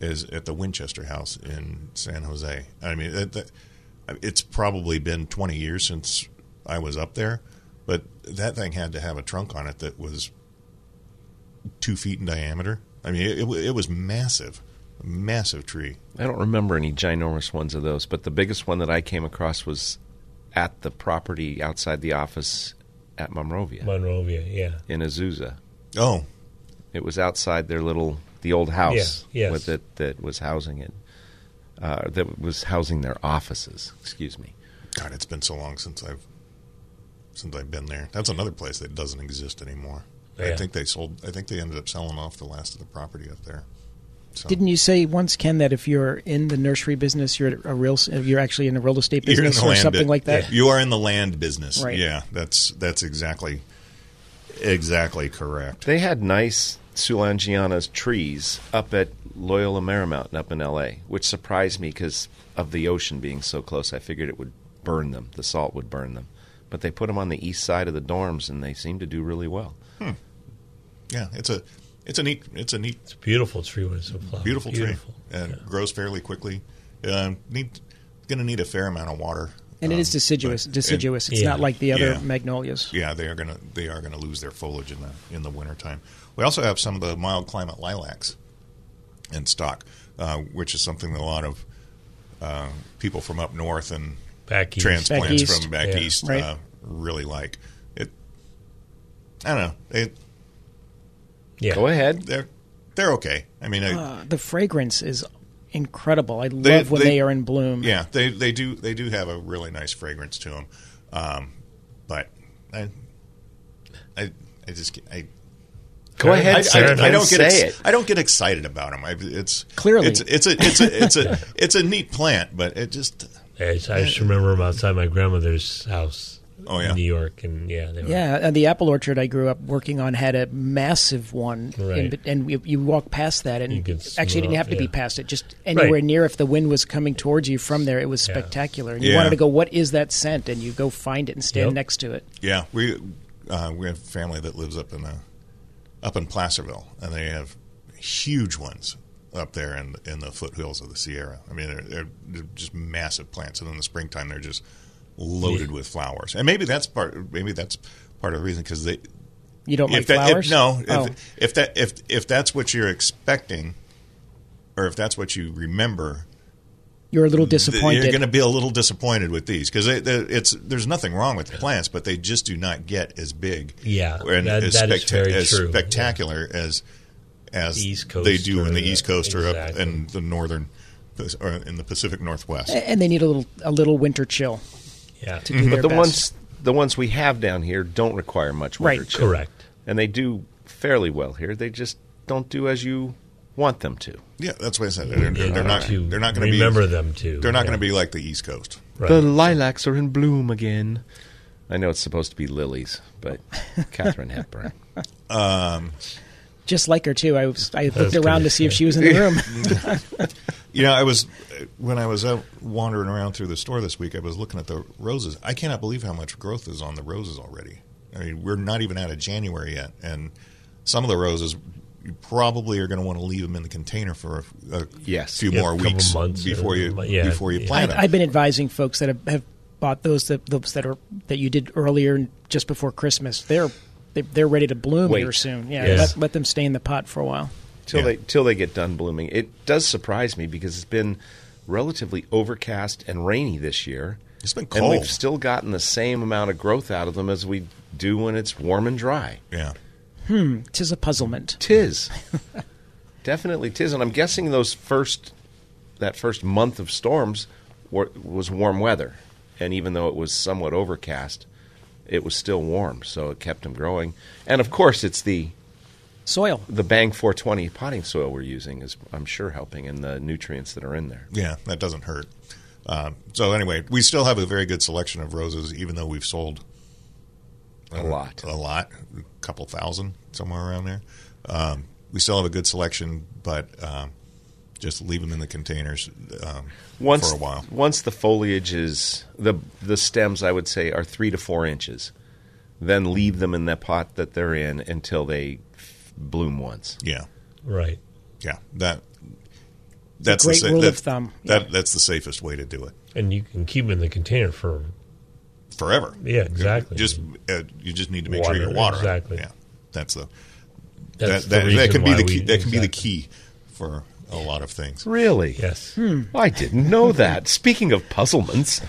is at the Winchester House in San Jose. I mean, it, that- it's probably been 20 years since I was up there, but that thing had to have a trunk on it that was two feet in diameter. I mean, it, it, wa- it was massive, massive tree.
I don't remember any ginormous ones of those, but the biggest one that I came across was at the property outside the office at Monrovia
Monrovia, yeah.
in Azusa.
Oh,
It was outside their little the old house
Yeah, yes.
with it that was housing it. Uh, that was housing their offices. Excuse me.
God, it's been so long since I've since I've been there. That's another place that doesn't exist anymore. I
Yeah.
think they sold. I think they ended up selling off the last of the property up there. So,
Didn't you say once, Ken, that if you're in the nursery business, you're a real, you're actually in a real estate
You're in
business
the
or
land
something
bu-
like that?
You are in the land business.
Right.
Yeah, that's that's exactly exactly correct.
They had nice Sulangiana's trees up at Loyola Marymount up in L.A., which surprised me because of the ocean being so close. I figured it would burn them. The salt would burn them. But they put them on the east side of the dorms, and they seem to do really well.
Yeah, it's a it's a neat it's a neat
It's a beautiful tree when it's a flower.
beautiful, tree and grows fairly quickly. Um, need going to need a fair amount of water.
And it
Um,
is deciduous.
but-
deciduous. It's
Yeah.
not like the other
Yeah.
magnolias.
Yeah, they are gonna they are gonna lose their foliage in the in the wintertime. We also have some of the mild climate lilacs in stock, uh, which is something that a lot of uh, people from up north and
Back east.
transplants
east.
from back
Yeah.
east
Right.
uh, really like. It, I don't know. It,
Yeah.
Go ahead.
they're they're okay. I mean, I,
Uh, the fragrance is incredible. I
They-
love when
they-
they, are in bloom.
yeah, they they do they do have a really nice fragrance to them, um, but I, I I just ca- I
Go ahead.
I, I-
Sarah,
I don't get ex-
say it.
I don't get excited about them. I, it's
Clearly.
it's it's a it's a it's a it's a neat plant, but it just
I just, I just remember them outside my grandmother's house
Oh, yeah.
in New York. And yeah, they were.
Yeah, and the apple orchard I grew up working on had a massive one,
Right.
and, and you, you walk past that, and
You could
actually
smell
it didn't have to
it,
be
yeah.
past it, just anywhere
Right.
near. If the wind was coming towards you from there, it was spectacular, and you
Yeah.
wanted to go, "What is that scent?" And you go find it and stand
Yep.
next to it.
yeah. We uh, we have family that lives up in uh, up in Placerville, and they have huge ones up there in in the foothills of the Sierra. I mean, they're, they're, they're just massive plants, and in the springtime they're just loaded with flowers. And maybe that's part maybe that's part of the reason because they
You don't like
if that,
flowers?
If, no, if,
Oh.
if that if if that's what you're expecting, or if that's what you remember,
you're a little
th-
disappointed.
you're going to be a little disappointed with these because it's there's nothing wrong with the plants, but they just do not get as big,
Yeah,
and
that-
as,
that is very
as
true, yeah.
spectacular as as
The East Coast
they do in
or
the
the-
East Coast or up
exactly.
in the northern or in the Pacific Northwest.
and they need a little a little winter chill
Yeah.
Mm-hmm.
Mm-hmm.
to do their
The
best.
ones the ones we have down here don't require much
Right.
winter chill.
Correct.
And they do fairly well here. They just don't do as you want them to.
Yeah, that's what I said. They're, they're
Yeah,
not.
to
They're not going to be.
remember them too.
They're not
Yeah.
going to be like the East Coast.
Right.
The lilacs are in bloom again. I know it's supposed to be lilies, but Catherine Hepburn.
just like her too. I was I
was
looked around
gonna
to see if she was in the room.
You know, I was when I was out wandering around through the store this week. I was looking at the roses. I cannot believe how much growth is on the roses already. I mean, we're not even out of January yet, and some of the roses you probably are going to want to leave them in the container for a, a
Yes.
few
Yeah,
more
couple
weeks
months or-
before you
yeah,
before you
yeah.
plant them.
I've been advising folks that have, have bought those that those that are that you did earlier just before Christmas. They're they, they're ready to bloom
Wait.
here soon. Yeah,
Yeah.
Let, let them stay in the pot for a while.
till
Yeah.
they till they get done blooming. It does surprise me because it's been relatively overcast and rainy this year.
It's been
and
cold.
we've still gotten the same amount of growth out of them as we do when it's warm and dry.
yeah,
Tis a puzzlement.
Tis, definitely tis, and I'm guessing those first that first month of storms were, was warm weather, and even though it was somewhat overcast, it was still warm, so it kept them growing. And of course, it's the
Soil.
the Bang 420 potting soil we're using is, I'm sure, helping in the nutrients that are in there.
yeah, that doesn't hurt. Um, so anyway, we still have a very good selection of roses, even though we've sold
A lot.
a lot, a couple thousand, somewhere around there. Um, we still have a good selection, but um, just leave them in the containers um,
Once,
for a while.
once the foliage is the the stems, I would say, are three to four inches. Then leave them in the pot that they're in until they f- bloom once.
Yeah,
Right.
Yeah, that that's
great
the
rule of
that's-
thumb,
That that's the safest way to do it
and you can keep them in the container for
forever.
Yeah, exactly.
Just uh, you just need to make
Water,
sure you're water
exactly.
Yeah, that's the
that's
that, that,
the
that
reason
can be
why
the
we-
key. That can be the
exactly.
key for a lot of things.
Really?
Yes.
I didn't know that. Speaking of puzzlements,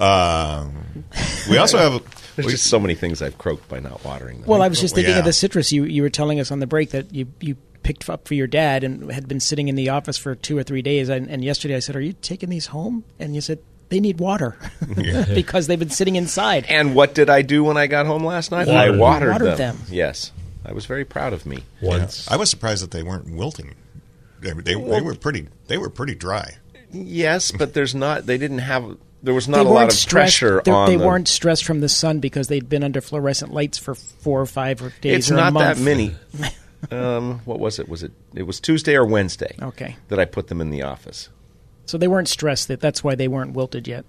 Um, we also have
there's just so many things I've croaked by not watering them.
Well, I was just
Well,
thinking of
yeah.
the citrus you, you were telling us on the break that you, you picked up for your dad and had been sitting in the office for two or three days. And, and yesterday I said, Are you taking these home? And you said, They need water because they've been sitting inside.
and what did I do when I got home last night? I
Watered them.
watered,
Watered
them.
them.
Yes. I was very proud of me.
Once.
I was surprised that they weren't wilting. They, they, they were pretty. They were pretty dry.
Yes, but there's not they didn't have there was
They
not a lot
weren't
of
stressed-
pressure
they-
on
They
them.
weren't stressed from the sun because they'd been under fluorescent lights for four or five or days.
It's
or a
not that
month.
many. um, what was it? Was it it was Tuesday or Wednesday?
Okay.
That I put them in the office.
So they weren't stressed that that's why they weren't wilted yet.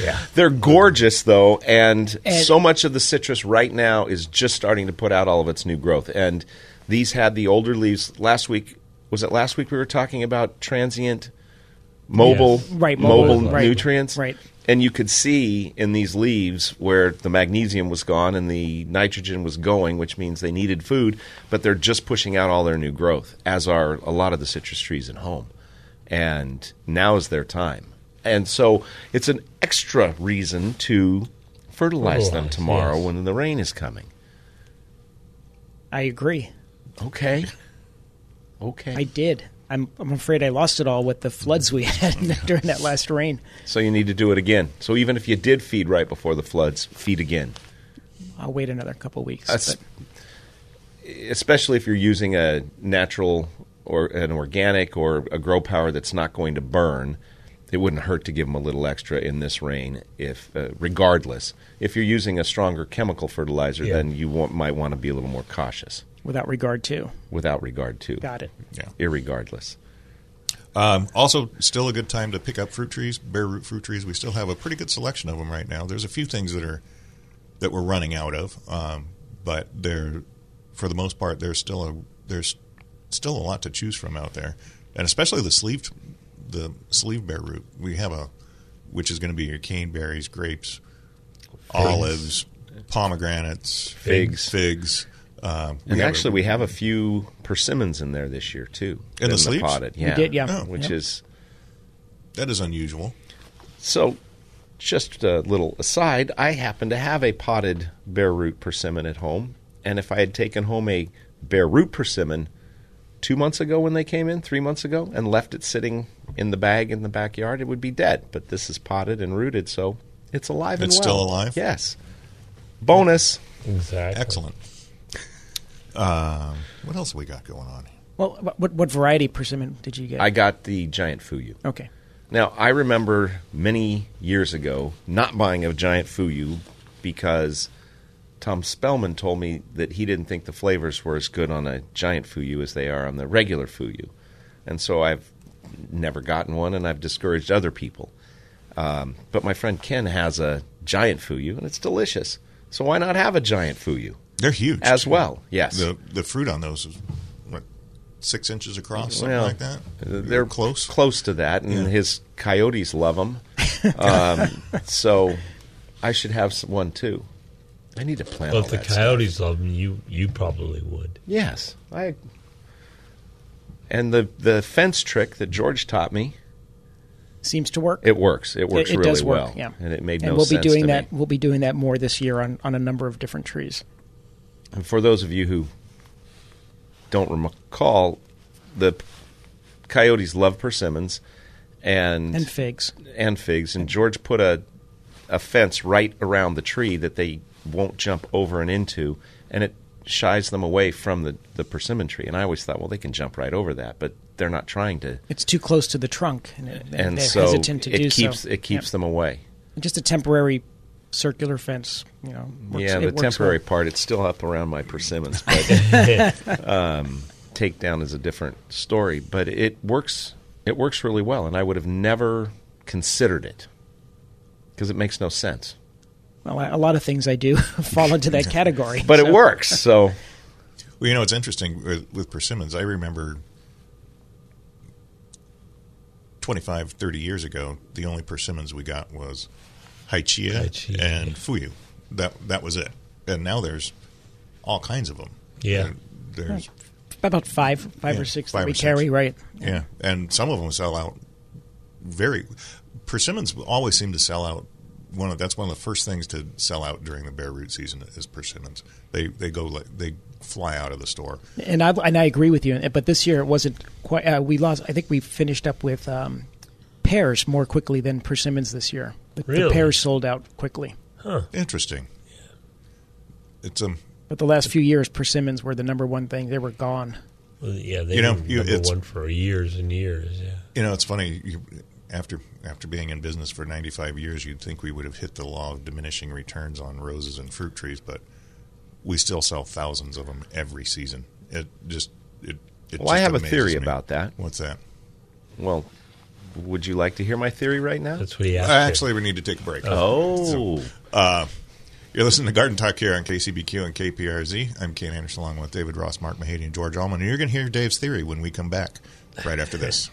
yeah.
They're gorgeous though, and,
And-
so much of the citrus right now is just starting to put out all of its new growth. And these had the older leaves last week. Was it last week we were talking about transient mobile
Yes.
Right,
mobile,
mobile, right,
nutrients?
right.
And you could see in these leaves where the magnesium was gone and the nitrogen was going, which means they needed food, but they're just pushing out all their new growth, as are a lot of the citrus trees at home. And now is their time. And so it's an extra reason to fertilize them
Fertilize,
tomorrow
yes.
when the rain is coming.
I agree.
Okay.
I
Okay.
did. I'm, I'm afraid I lost it all with the floods we had during that last rain.
So you need to do it again. So even if you did feed right before the floods, feed again.
I'll wait another couple weeks.
Es-
but-
especially if you're using a natural or an organic or a grow power that's not going to burn it wouldn't hurt to give them a little extra in this rain if uh, regardless if you're using a stronger chemical fertilizer
Yeah.
then you want, might want to be a little more cautious
without regard to.
without regard to
Got it.
Yeah.
irregardless
Um, also, still a good time to pick up fruit trees, bare root fruit trees. We still have a pretty good selection of them right now. There's a few things that are that we're running out of, um, but they're for the most part there's still a there's still a lot to choose from out there, and especially the sleeved the sleeve bare root. We have a which is going to be your caneberries, grapes, olives, pomegranates,
Figs.
figs. Um, we have
and
a-
actually we have a few persimmons in there this year too
In the sleeves?
potted
We
yeah
did, yeah. Oh.
which
Yep.
is
that is unusual.
So, just a little aside, I happen to have a potted bare root persimmon at home. And if I had taken home a bare root persimmon two months ago when they came in, three months ago, and left it sitting in the bag in the backyard, it would be dead. But this is potted and rooted, so it's alive and
It's still
well.
alive?
Yes. Bonus.
Exactly.
Excellent. Um, what else we got going on?
Well, wh- what what variety persimmon did you get?
I got the giant fuyu.
okay.
Now, I remember many years ago not buying a giant Fuyu because Tom Spellman told me that he didn't think the flavors were as good on a giant Fuyu as they are on the regular Fuyu. And so I've never gotten one and I've discouraged other people. Um, but my friend Ken has a giant Fuyu and it's delicious. So why not have a giant Fuyu
They're huge
as well? Yes.
The the fruit on those is what six inches across, something
Well,
like that.
They're
close.
close to that, and
Yeah.
his coyotes love them. Um, so I should have some, one too. I need to plant.
Well,
all
if the
that stuff.
coyotes love them, you you probably would.
Yes, I. And the the fence trick that George taught me,
Seems to work.
it works. It works
it
really
does work,
well.
Yeah.
and it made
and
no
we'll
sense
be doing
to
that
me.
we'll be doing that more this year on, on a number of different trees.
And for those of you who don't recall, the coyotes love persimmons, and
And figs.
and figs, and George put a a fence right around the tree that they won't jump over and into, and it shies them away from the, the persimmon tree. And I always thought, well, they can jump right over that, but they're not trying to.
It's too close to the trunk and, it,
And
they're
so
hesitant to do
it keeps
so.
it keeps
Yeah.
them away.
just a temporary circular fence, you know. works-
yeah,
it
the
works
temporary
well.
part, it's still up around my persimmons, but um, takedown is a different story. But it works it works really well, and I would have never considered it because it makes no sense.
Well, I- a lot of things I do fall into that category.
But
so-
it works, so
Well, you know, it's interesting with, with persimmons. I remember 25, 30 years ago, the only persimmons we got was Haichia,
Haichia,
and Fuyu. That that was it. And now there's all kinds of them.
Yeah.
there's
About five, five
Yeah,
or six
five
that we
or six.
carry, right?
yeah, and some of them sell out. Very persimmons always seem to sell out. One of that's one of the first things to sell out during the bare root season is persimmons. They they go like they fly out of the store.
And I and I agree with you. But this year it wasn't quite. Uh, we lost. I think we finished up with um, pears more quickly than persimmons this year. The, the
Really?
pears sold out quickly.
Interesting. It's um,
But the last few years, persimmons were the number one thing. They were gone.
Well, yeah, they
You know,
were
you-
number
it's-
one for years and years. Yeah.
you know, it's funny. You, after after being in business for 95 years, you'd think we would have hit the law of diminishing returns on roses and fruit trees, but we still sell thousands of them every season. It just it. it
Well, I
just
have a
amazes
theory
me.
about that.
What's that?
Well, would you like to hear my theory right now?
That's what he asked.
Uh, Actually, we need to take a break.
oh,
You're listening to Garden Talk here on KCBQ and KPRZ. I'm Ken Anderson along with David Ross, Mark Mahady, and George Allman. And you're going to hear Dave's theory when we come back right after this.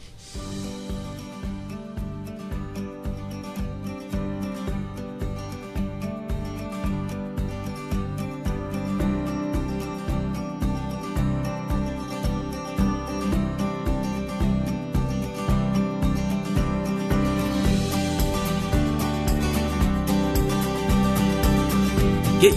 Get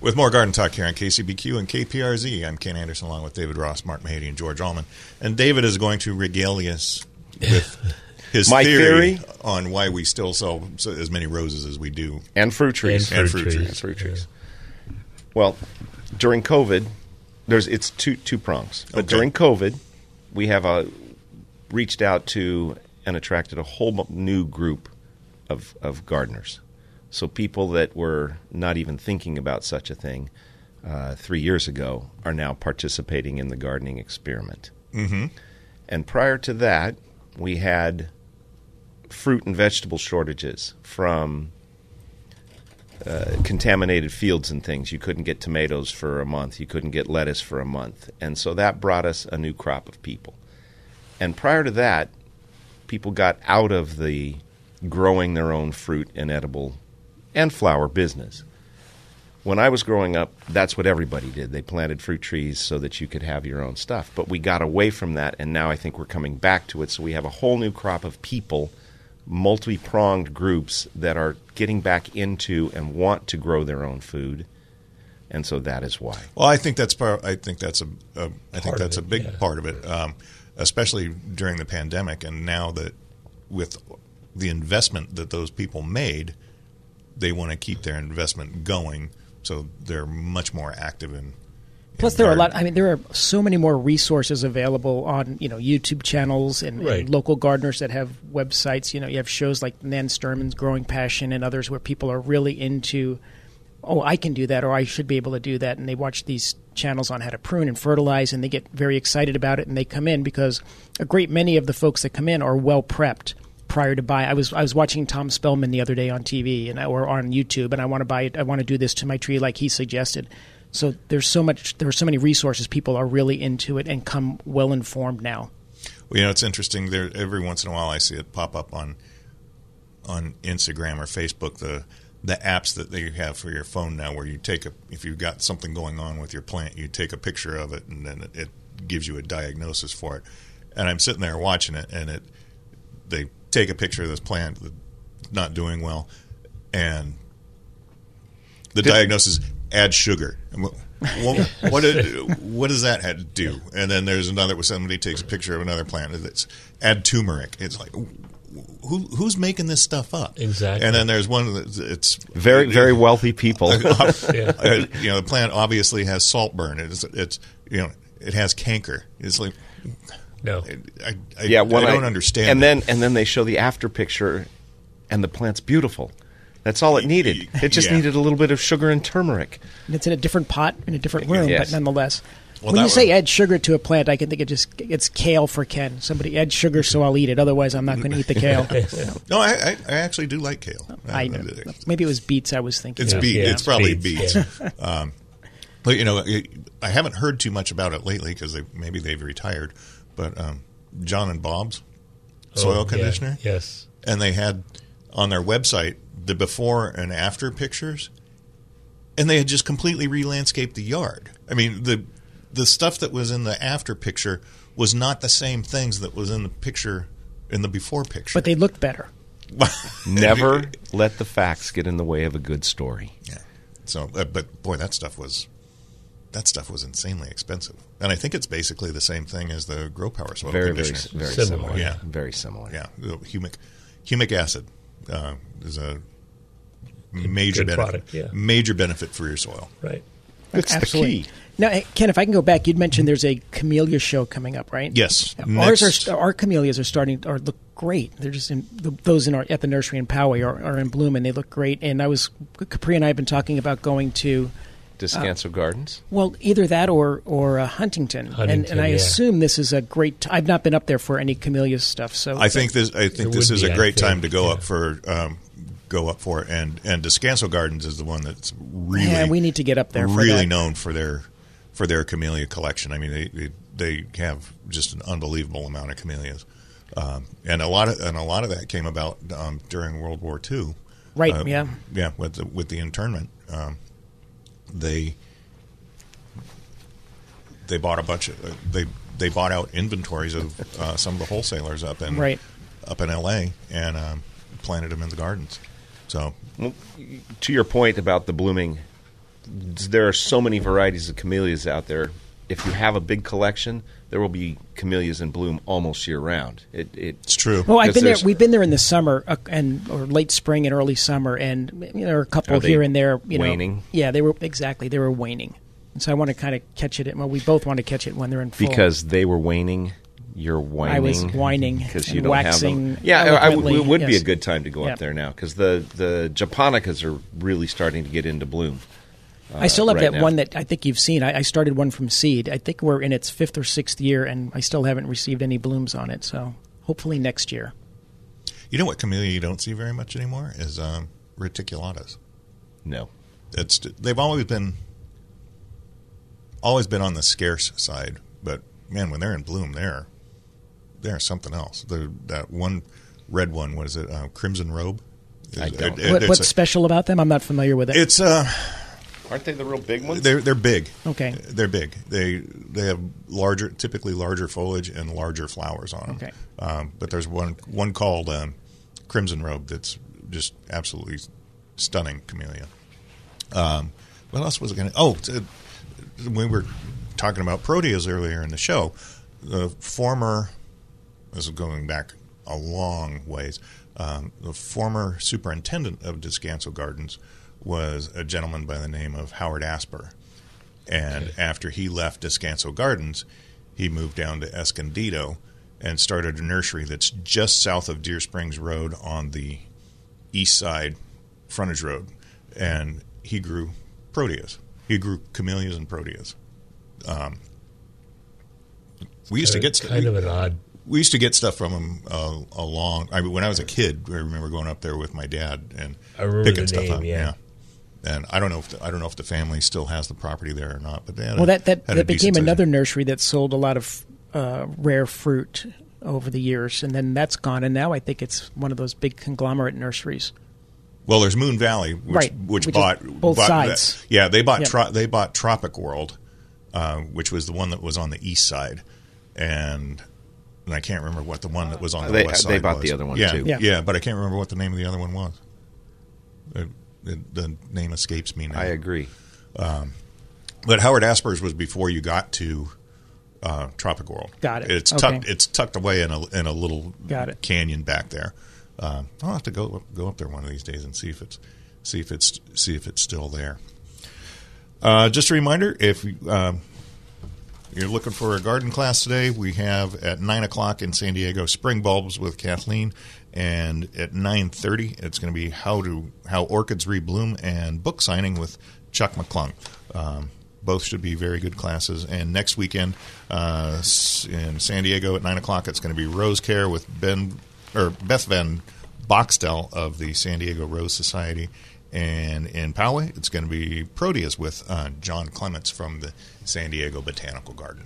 with more garden talk here on KCBQ and KPRZ. I'm Ken Anderson along with David Ross, Mark Mahady, and George Allman. And David is going to regale us with his
My
theory,
theory?
on why we still sell so- as many roses as we do.
and fruit trees.
And fruit trees.
And fruit trees. Well, during COVID, there's it's two two prongs. But
Okay.
during COVID, we have uh reached out to and attracted a whole mu- new group of of gardeners. So people that were not even thinking about such a thing uh, three years ago are now participating in the gardening experiment. Mm-hmm. And prior to that, we had fruit and vegetable shortages from contaminated fields and things. You couldn't get tomatoes for a month. You couldn't get lettuce for a month. And so that brought us a new crop of people. And prior to that, people got out of the growing their own fruit and edible and flower business. When I was growing up, that's what everybody did. They planted fruit trees so that you could have your own stuff. But we got away from that, and now I think we're coming back to it. So we have a whole new crop of people, multi pronged groups that are getting back into and want to grow their own food. And so that is why.
Well, I think that's part. I think that's a. a I think
Part of
that's a
it,
big
yeah.
part of it, um, especially during the pandemic, and now that with the investment that those people made, they want to keep their investment going, so they're much more active in.
Plus,
in
there are a lot.
garden.
I mean, there are so many more resources available on you know YouTube channels and, and
Right.
local gardeners that have websites. You know, you have shows like Nan Sturman's Growing Passion and others where people are really into. Oh, I can do that, or I should be able to do that, and they watch these channels on how to prune and fertilize, and they get very excited about it, and they come in because a great many of the folks that come in are well prepped prior to buy. I was I was watching Tom Spellman the other day on TV and I, or on YouTube, and I want to buy it. I want to do this to my tree like he suggested. So there's so much. There are so many resources. People are really into it and come well informed now.
Well, you know, it's interesting. There, every once in a while, I see it pop up on on Instagram or Facebook. The the apps that they have for your phone now, where you take a if you've got something going on with your plant, you take a picture of it, and then it, it gives you a diagnosis for it. And I'm sitting there watching it, and it they take a picture of this plant that's not doing well, and the diagnosis add sugar. And wh- What, what, did- what does that had to do? And then there's another where somebody takes a picture of another plant that's add turmeric. It's like who who's making this stuff up?
Exactly.
And then there's one that's it's
Very, very wealthy people.
uh, you know the plant obviously has saltburn. It's it's you know it has canker. It's like
No.
I, I, I
yeah, when
don't understand.
And
that.
then and then they show the after picture, and the plant's beautiful. That's all it needed. It just
Yeah.
needed a little bit of sugar and turmeric.
And it's in a different pot in a different room,
Yes.
but nonetheless.
Well,
when
that
you say
was-
add sugar to a plant, I can think it just it's kale for Ken. Somebody add sugar so I'll eat it. Otherwise, I'm not going to eat the kale.
no, I, I, I actually do like kale.
Oh,
Uh,
I know. Maybe it was beets. I was thinking.
It's
Yeah.
beet.
Yeah.
It's probably beets.
Beets,
um, but you know, it, I haven't heard too much about it lately because they, maybe they've retired. But um, John and Bob's soil
Oh, yeah.
conditioner,
Yes.
and they had on their website the before and after pictures, and they had just completely re-landscaped the yard. I mean the the stuff that was in the after picture was not the same things that was in the picture in the before picture.
But they looked better.
Never let the facts get in the way of a good story.
Yeah. So, uh, but boy, that stuff was that stuff was insanely expensive, and I think it's basically the same thing as the grow power soil
Very, very, s-
conditioner.
very
Similar.
similar.
Yeah.
very similar.
yeah, the humic humic acid uh, is a major benefit.
good product, yeah.
Major benefit for your soil.
Right.
That's
Absolutely.
the key.
Now, eh, Ken, if I can go back, you'd mentioned there's a camellia show coming up, right?
Yes,
Ours are,
next-
st- our camellias are starting or look great. They're just in the, those in our at the nursery in Poway are, are in bloom and they look great. And I was Capri and I have been talking about going to
Descanso Gardens.
well either that or or uh, Huntington. and,
Huntington,
and I
yeah.
assume this is a great. T- I've not been up there for any camellia stuff, so
I think this. I think
It
this
would
is
be,
a
I
great
think,
time to go
yeah.
up for um, go up for it. and and Descanso Gardens is the one that's really
Yeah, we need to get up there for
really
that.
known for their for their camellia collection. I mean, they they, they have just an unbelievable amount of camellias, um, and a lot of and a lot of that came about um, during World War II.
Right,
um,
Uh,
yeah.
Yeah. With the, with the internment, um, they they bought a bunch of uh, they they bought out inventories of uh, some of the wholesalers up in
Right.
up in L.A. and um, planted them in the gardens. So
To your point about the blooming, there are so many varieties of camellias out there. If you have a big collection, there will be camellias in bloom almost year round. It, it,
it's true.
Well, Oh, I've
Because
been there.
there's-
We've been there in the summer uh, and or late spring and early summer, and you know, there are a couple
Are they
here and there. You know,
waning?
yeah, they were exactly they were waning, and so I want to kind of catch it. At, well, we both want to catch it when they're in full.
because they were waning. You're whining.
I was whining
because
and
you don't
waxing
have them. Yeah, I- I w-
eloquently,
it would be a
yes.
good time to go
Yeah.
up there now because the the japonicas are really starting to get into bloom.
I still have
uh, right
that
now.
one that I think you've seen. I, I started one from seed. I think we're in its fifth or sixth year, and I still haven't received any blooms on it. So hopefully next year.
You know what camellia you don't see very much anymore is um, reticulatas.
No,
It's they've always been always been on the scarce side, but man, when they're in bloom, they're they're something else. They're, that one red one was it uh, crimson robe?
I don't.
What,
it's
what's
a-
special about them? I'm not familiar with it.
it's uh,
aren't they the real big ones?
they're they're big.
Okay.
they're big. They they have larger, typically larger foliage and larger flowers on them.
Okay.
um, but there's one one called um, Crimson Robe that's just absolutely stunning camellia. Um, what else was I going to? Oh, t- we were talking about proteas earlier in the show. The former, this is going back a long ways. Um, the former superintendent of Descanso Gardens was a gentleman by the name of Howard Asper. And after he left Descanso Gardens, he moved down to Escondido and started a nursery that's just south of Deer Springs Road on the east side frontage road. And he grew proteas. He grew camellias and proteas. Um, we used to get
kind of an odd.
we used to get stuff from him uh, a long. I mean, when I was a kid, I remember going up there with my dad and
I remember
picking
the
stuff
name,
up.
yeah.
and I don't know if the, I don't know if the family still has the property there or not. But they had a-
Well, that that,
had a
that became
decent size.
another nursery that sold a lot of uh, rare fruit over the years, and then that's gone. And now I think it's one of those big conglomerate nurseries.
Well, there's Moon Valley, which
Right,
which,
which is
bought
both
bought
sides.
that- yeah, they bought
Yeah.
Tro- they bought Tropic World, uh, which was the one that was on the east side, and. And I can't remember what the one that was on the
They-
west side.
they bought
was.
the other one,
yeah,
too.
Yeah.
Yeah.
but I can't remember what the name of the other one was. Uh, it- the name escapes me now.
I agree.
But Howard Asper's was before you got to uh, tropic world.
Got it.
It's
Okay.
tucked. It's tucked away in a in a little
Got it.
canyon back there. Um, I'll have to go go up there one of these days and see if it's see if it's see if it's still there. Uh, just a reminder: if um, you're looking for a garden class today, we have at nine o'clock in San Diego spring bulbs with Kathleen, and at nine thirty it's going to be how to how orchids rebloom and book signing with Chuck McClung. Um, both should be very good classes. And next weekend uh, s- in San Diego at nine o'clock, it's going to be Rose Care with Ben or Beth Van Boxtel of the San Diego Rose Society. And in Poway, it's going to be Proteas with uh, John Clements from the San Diego Botanical Garden.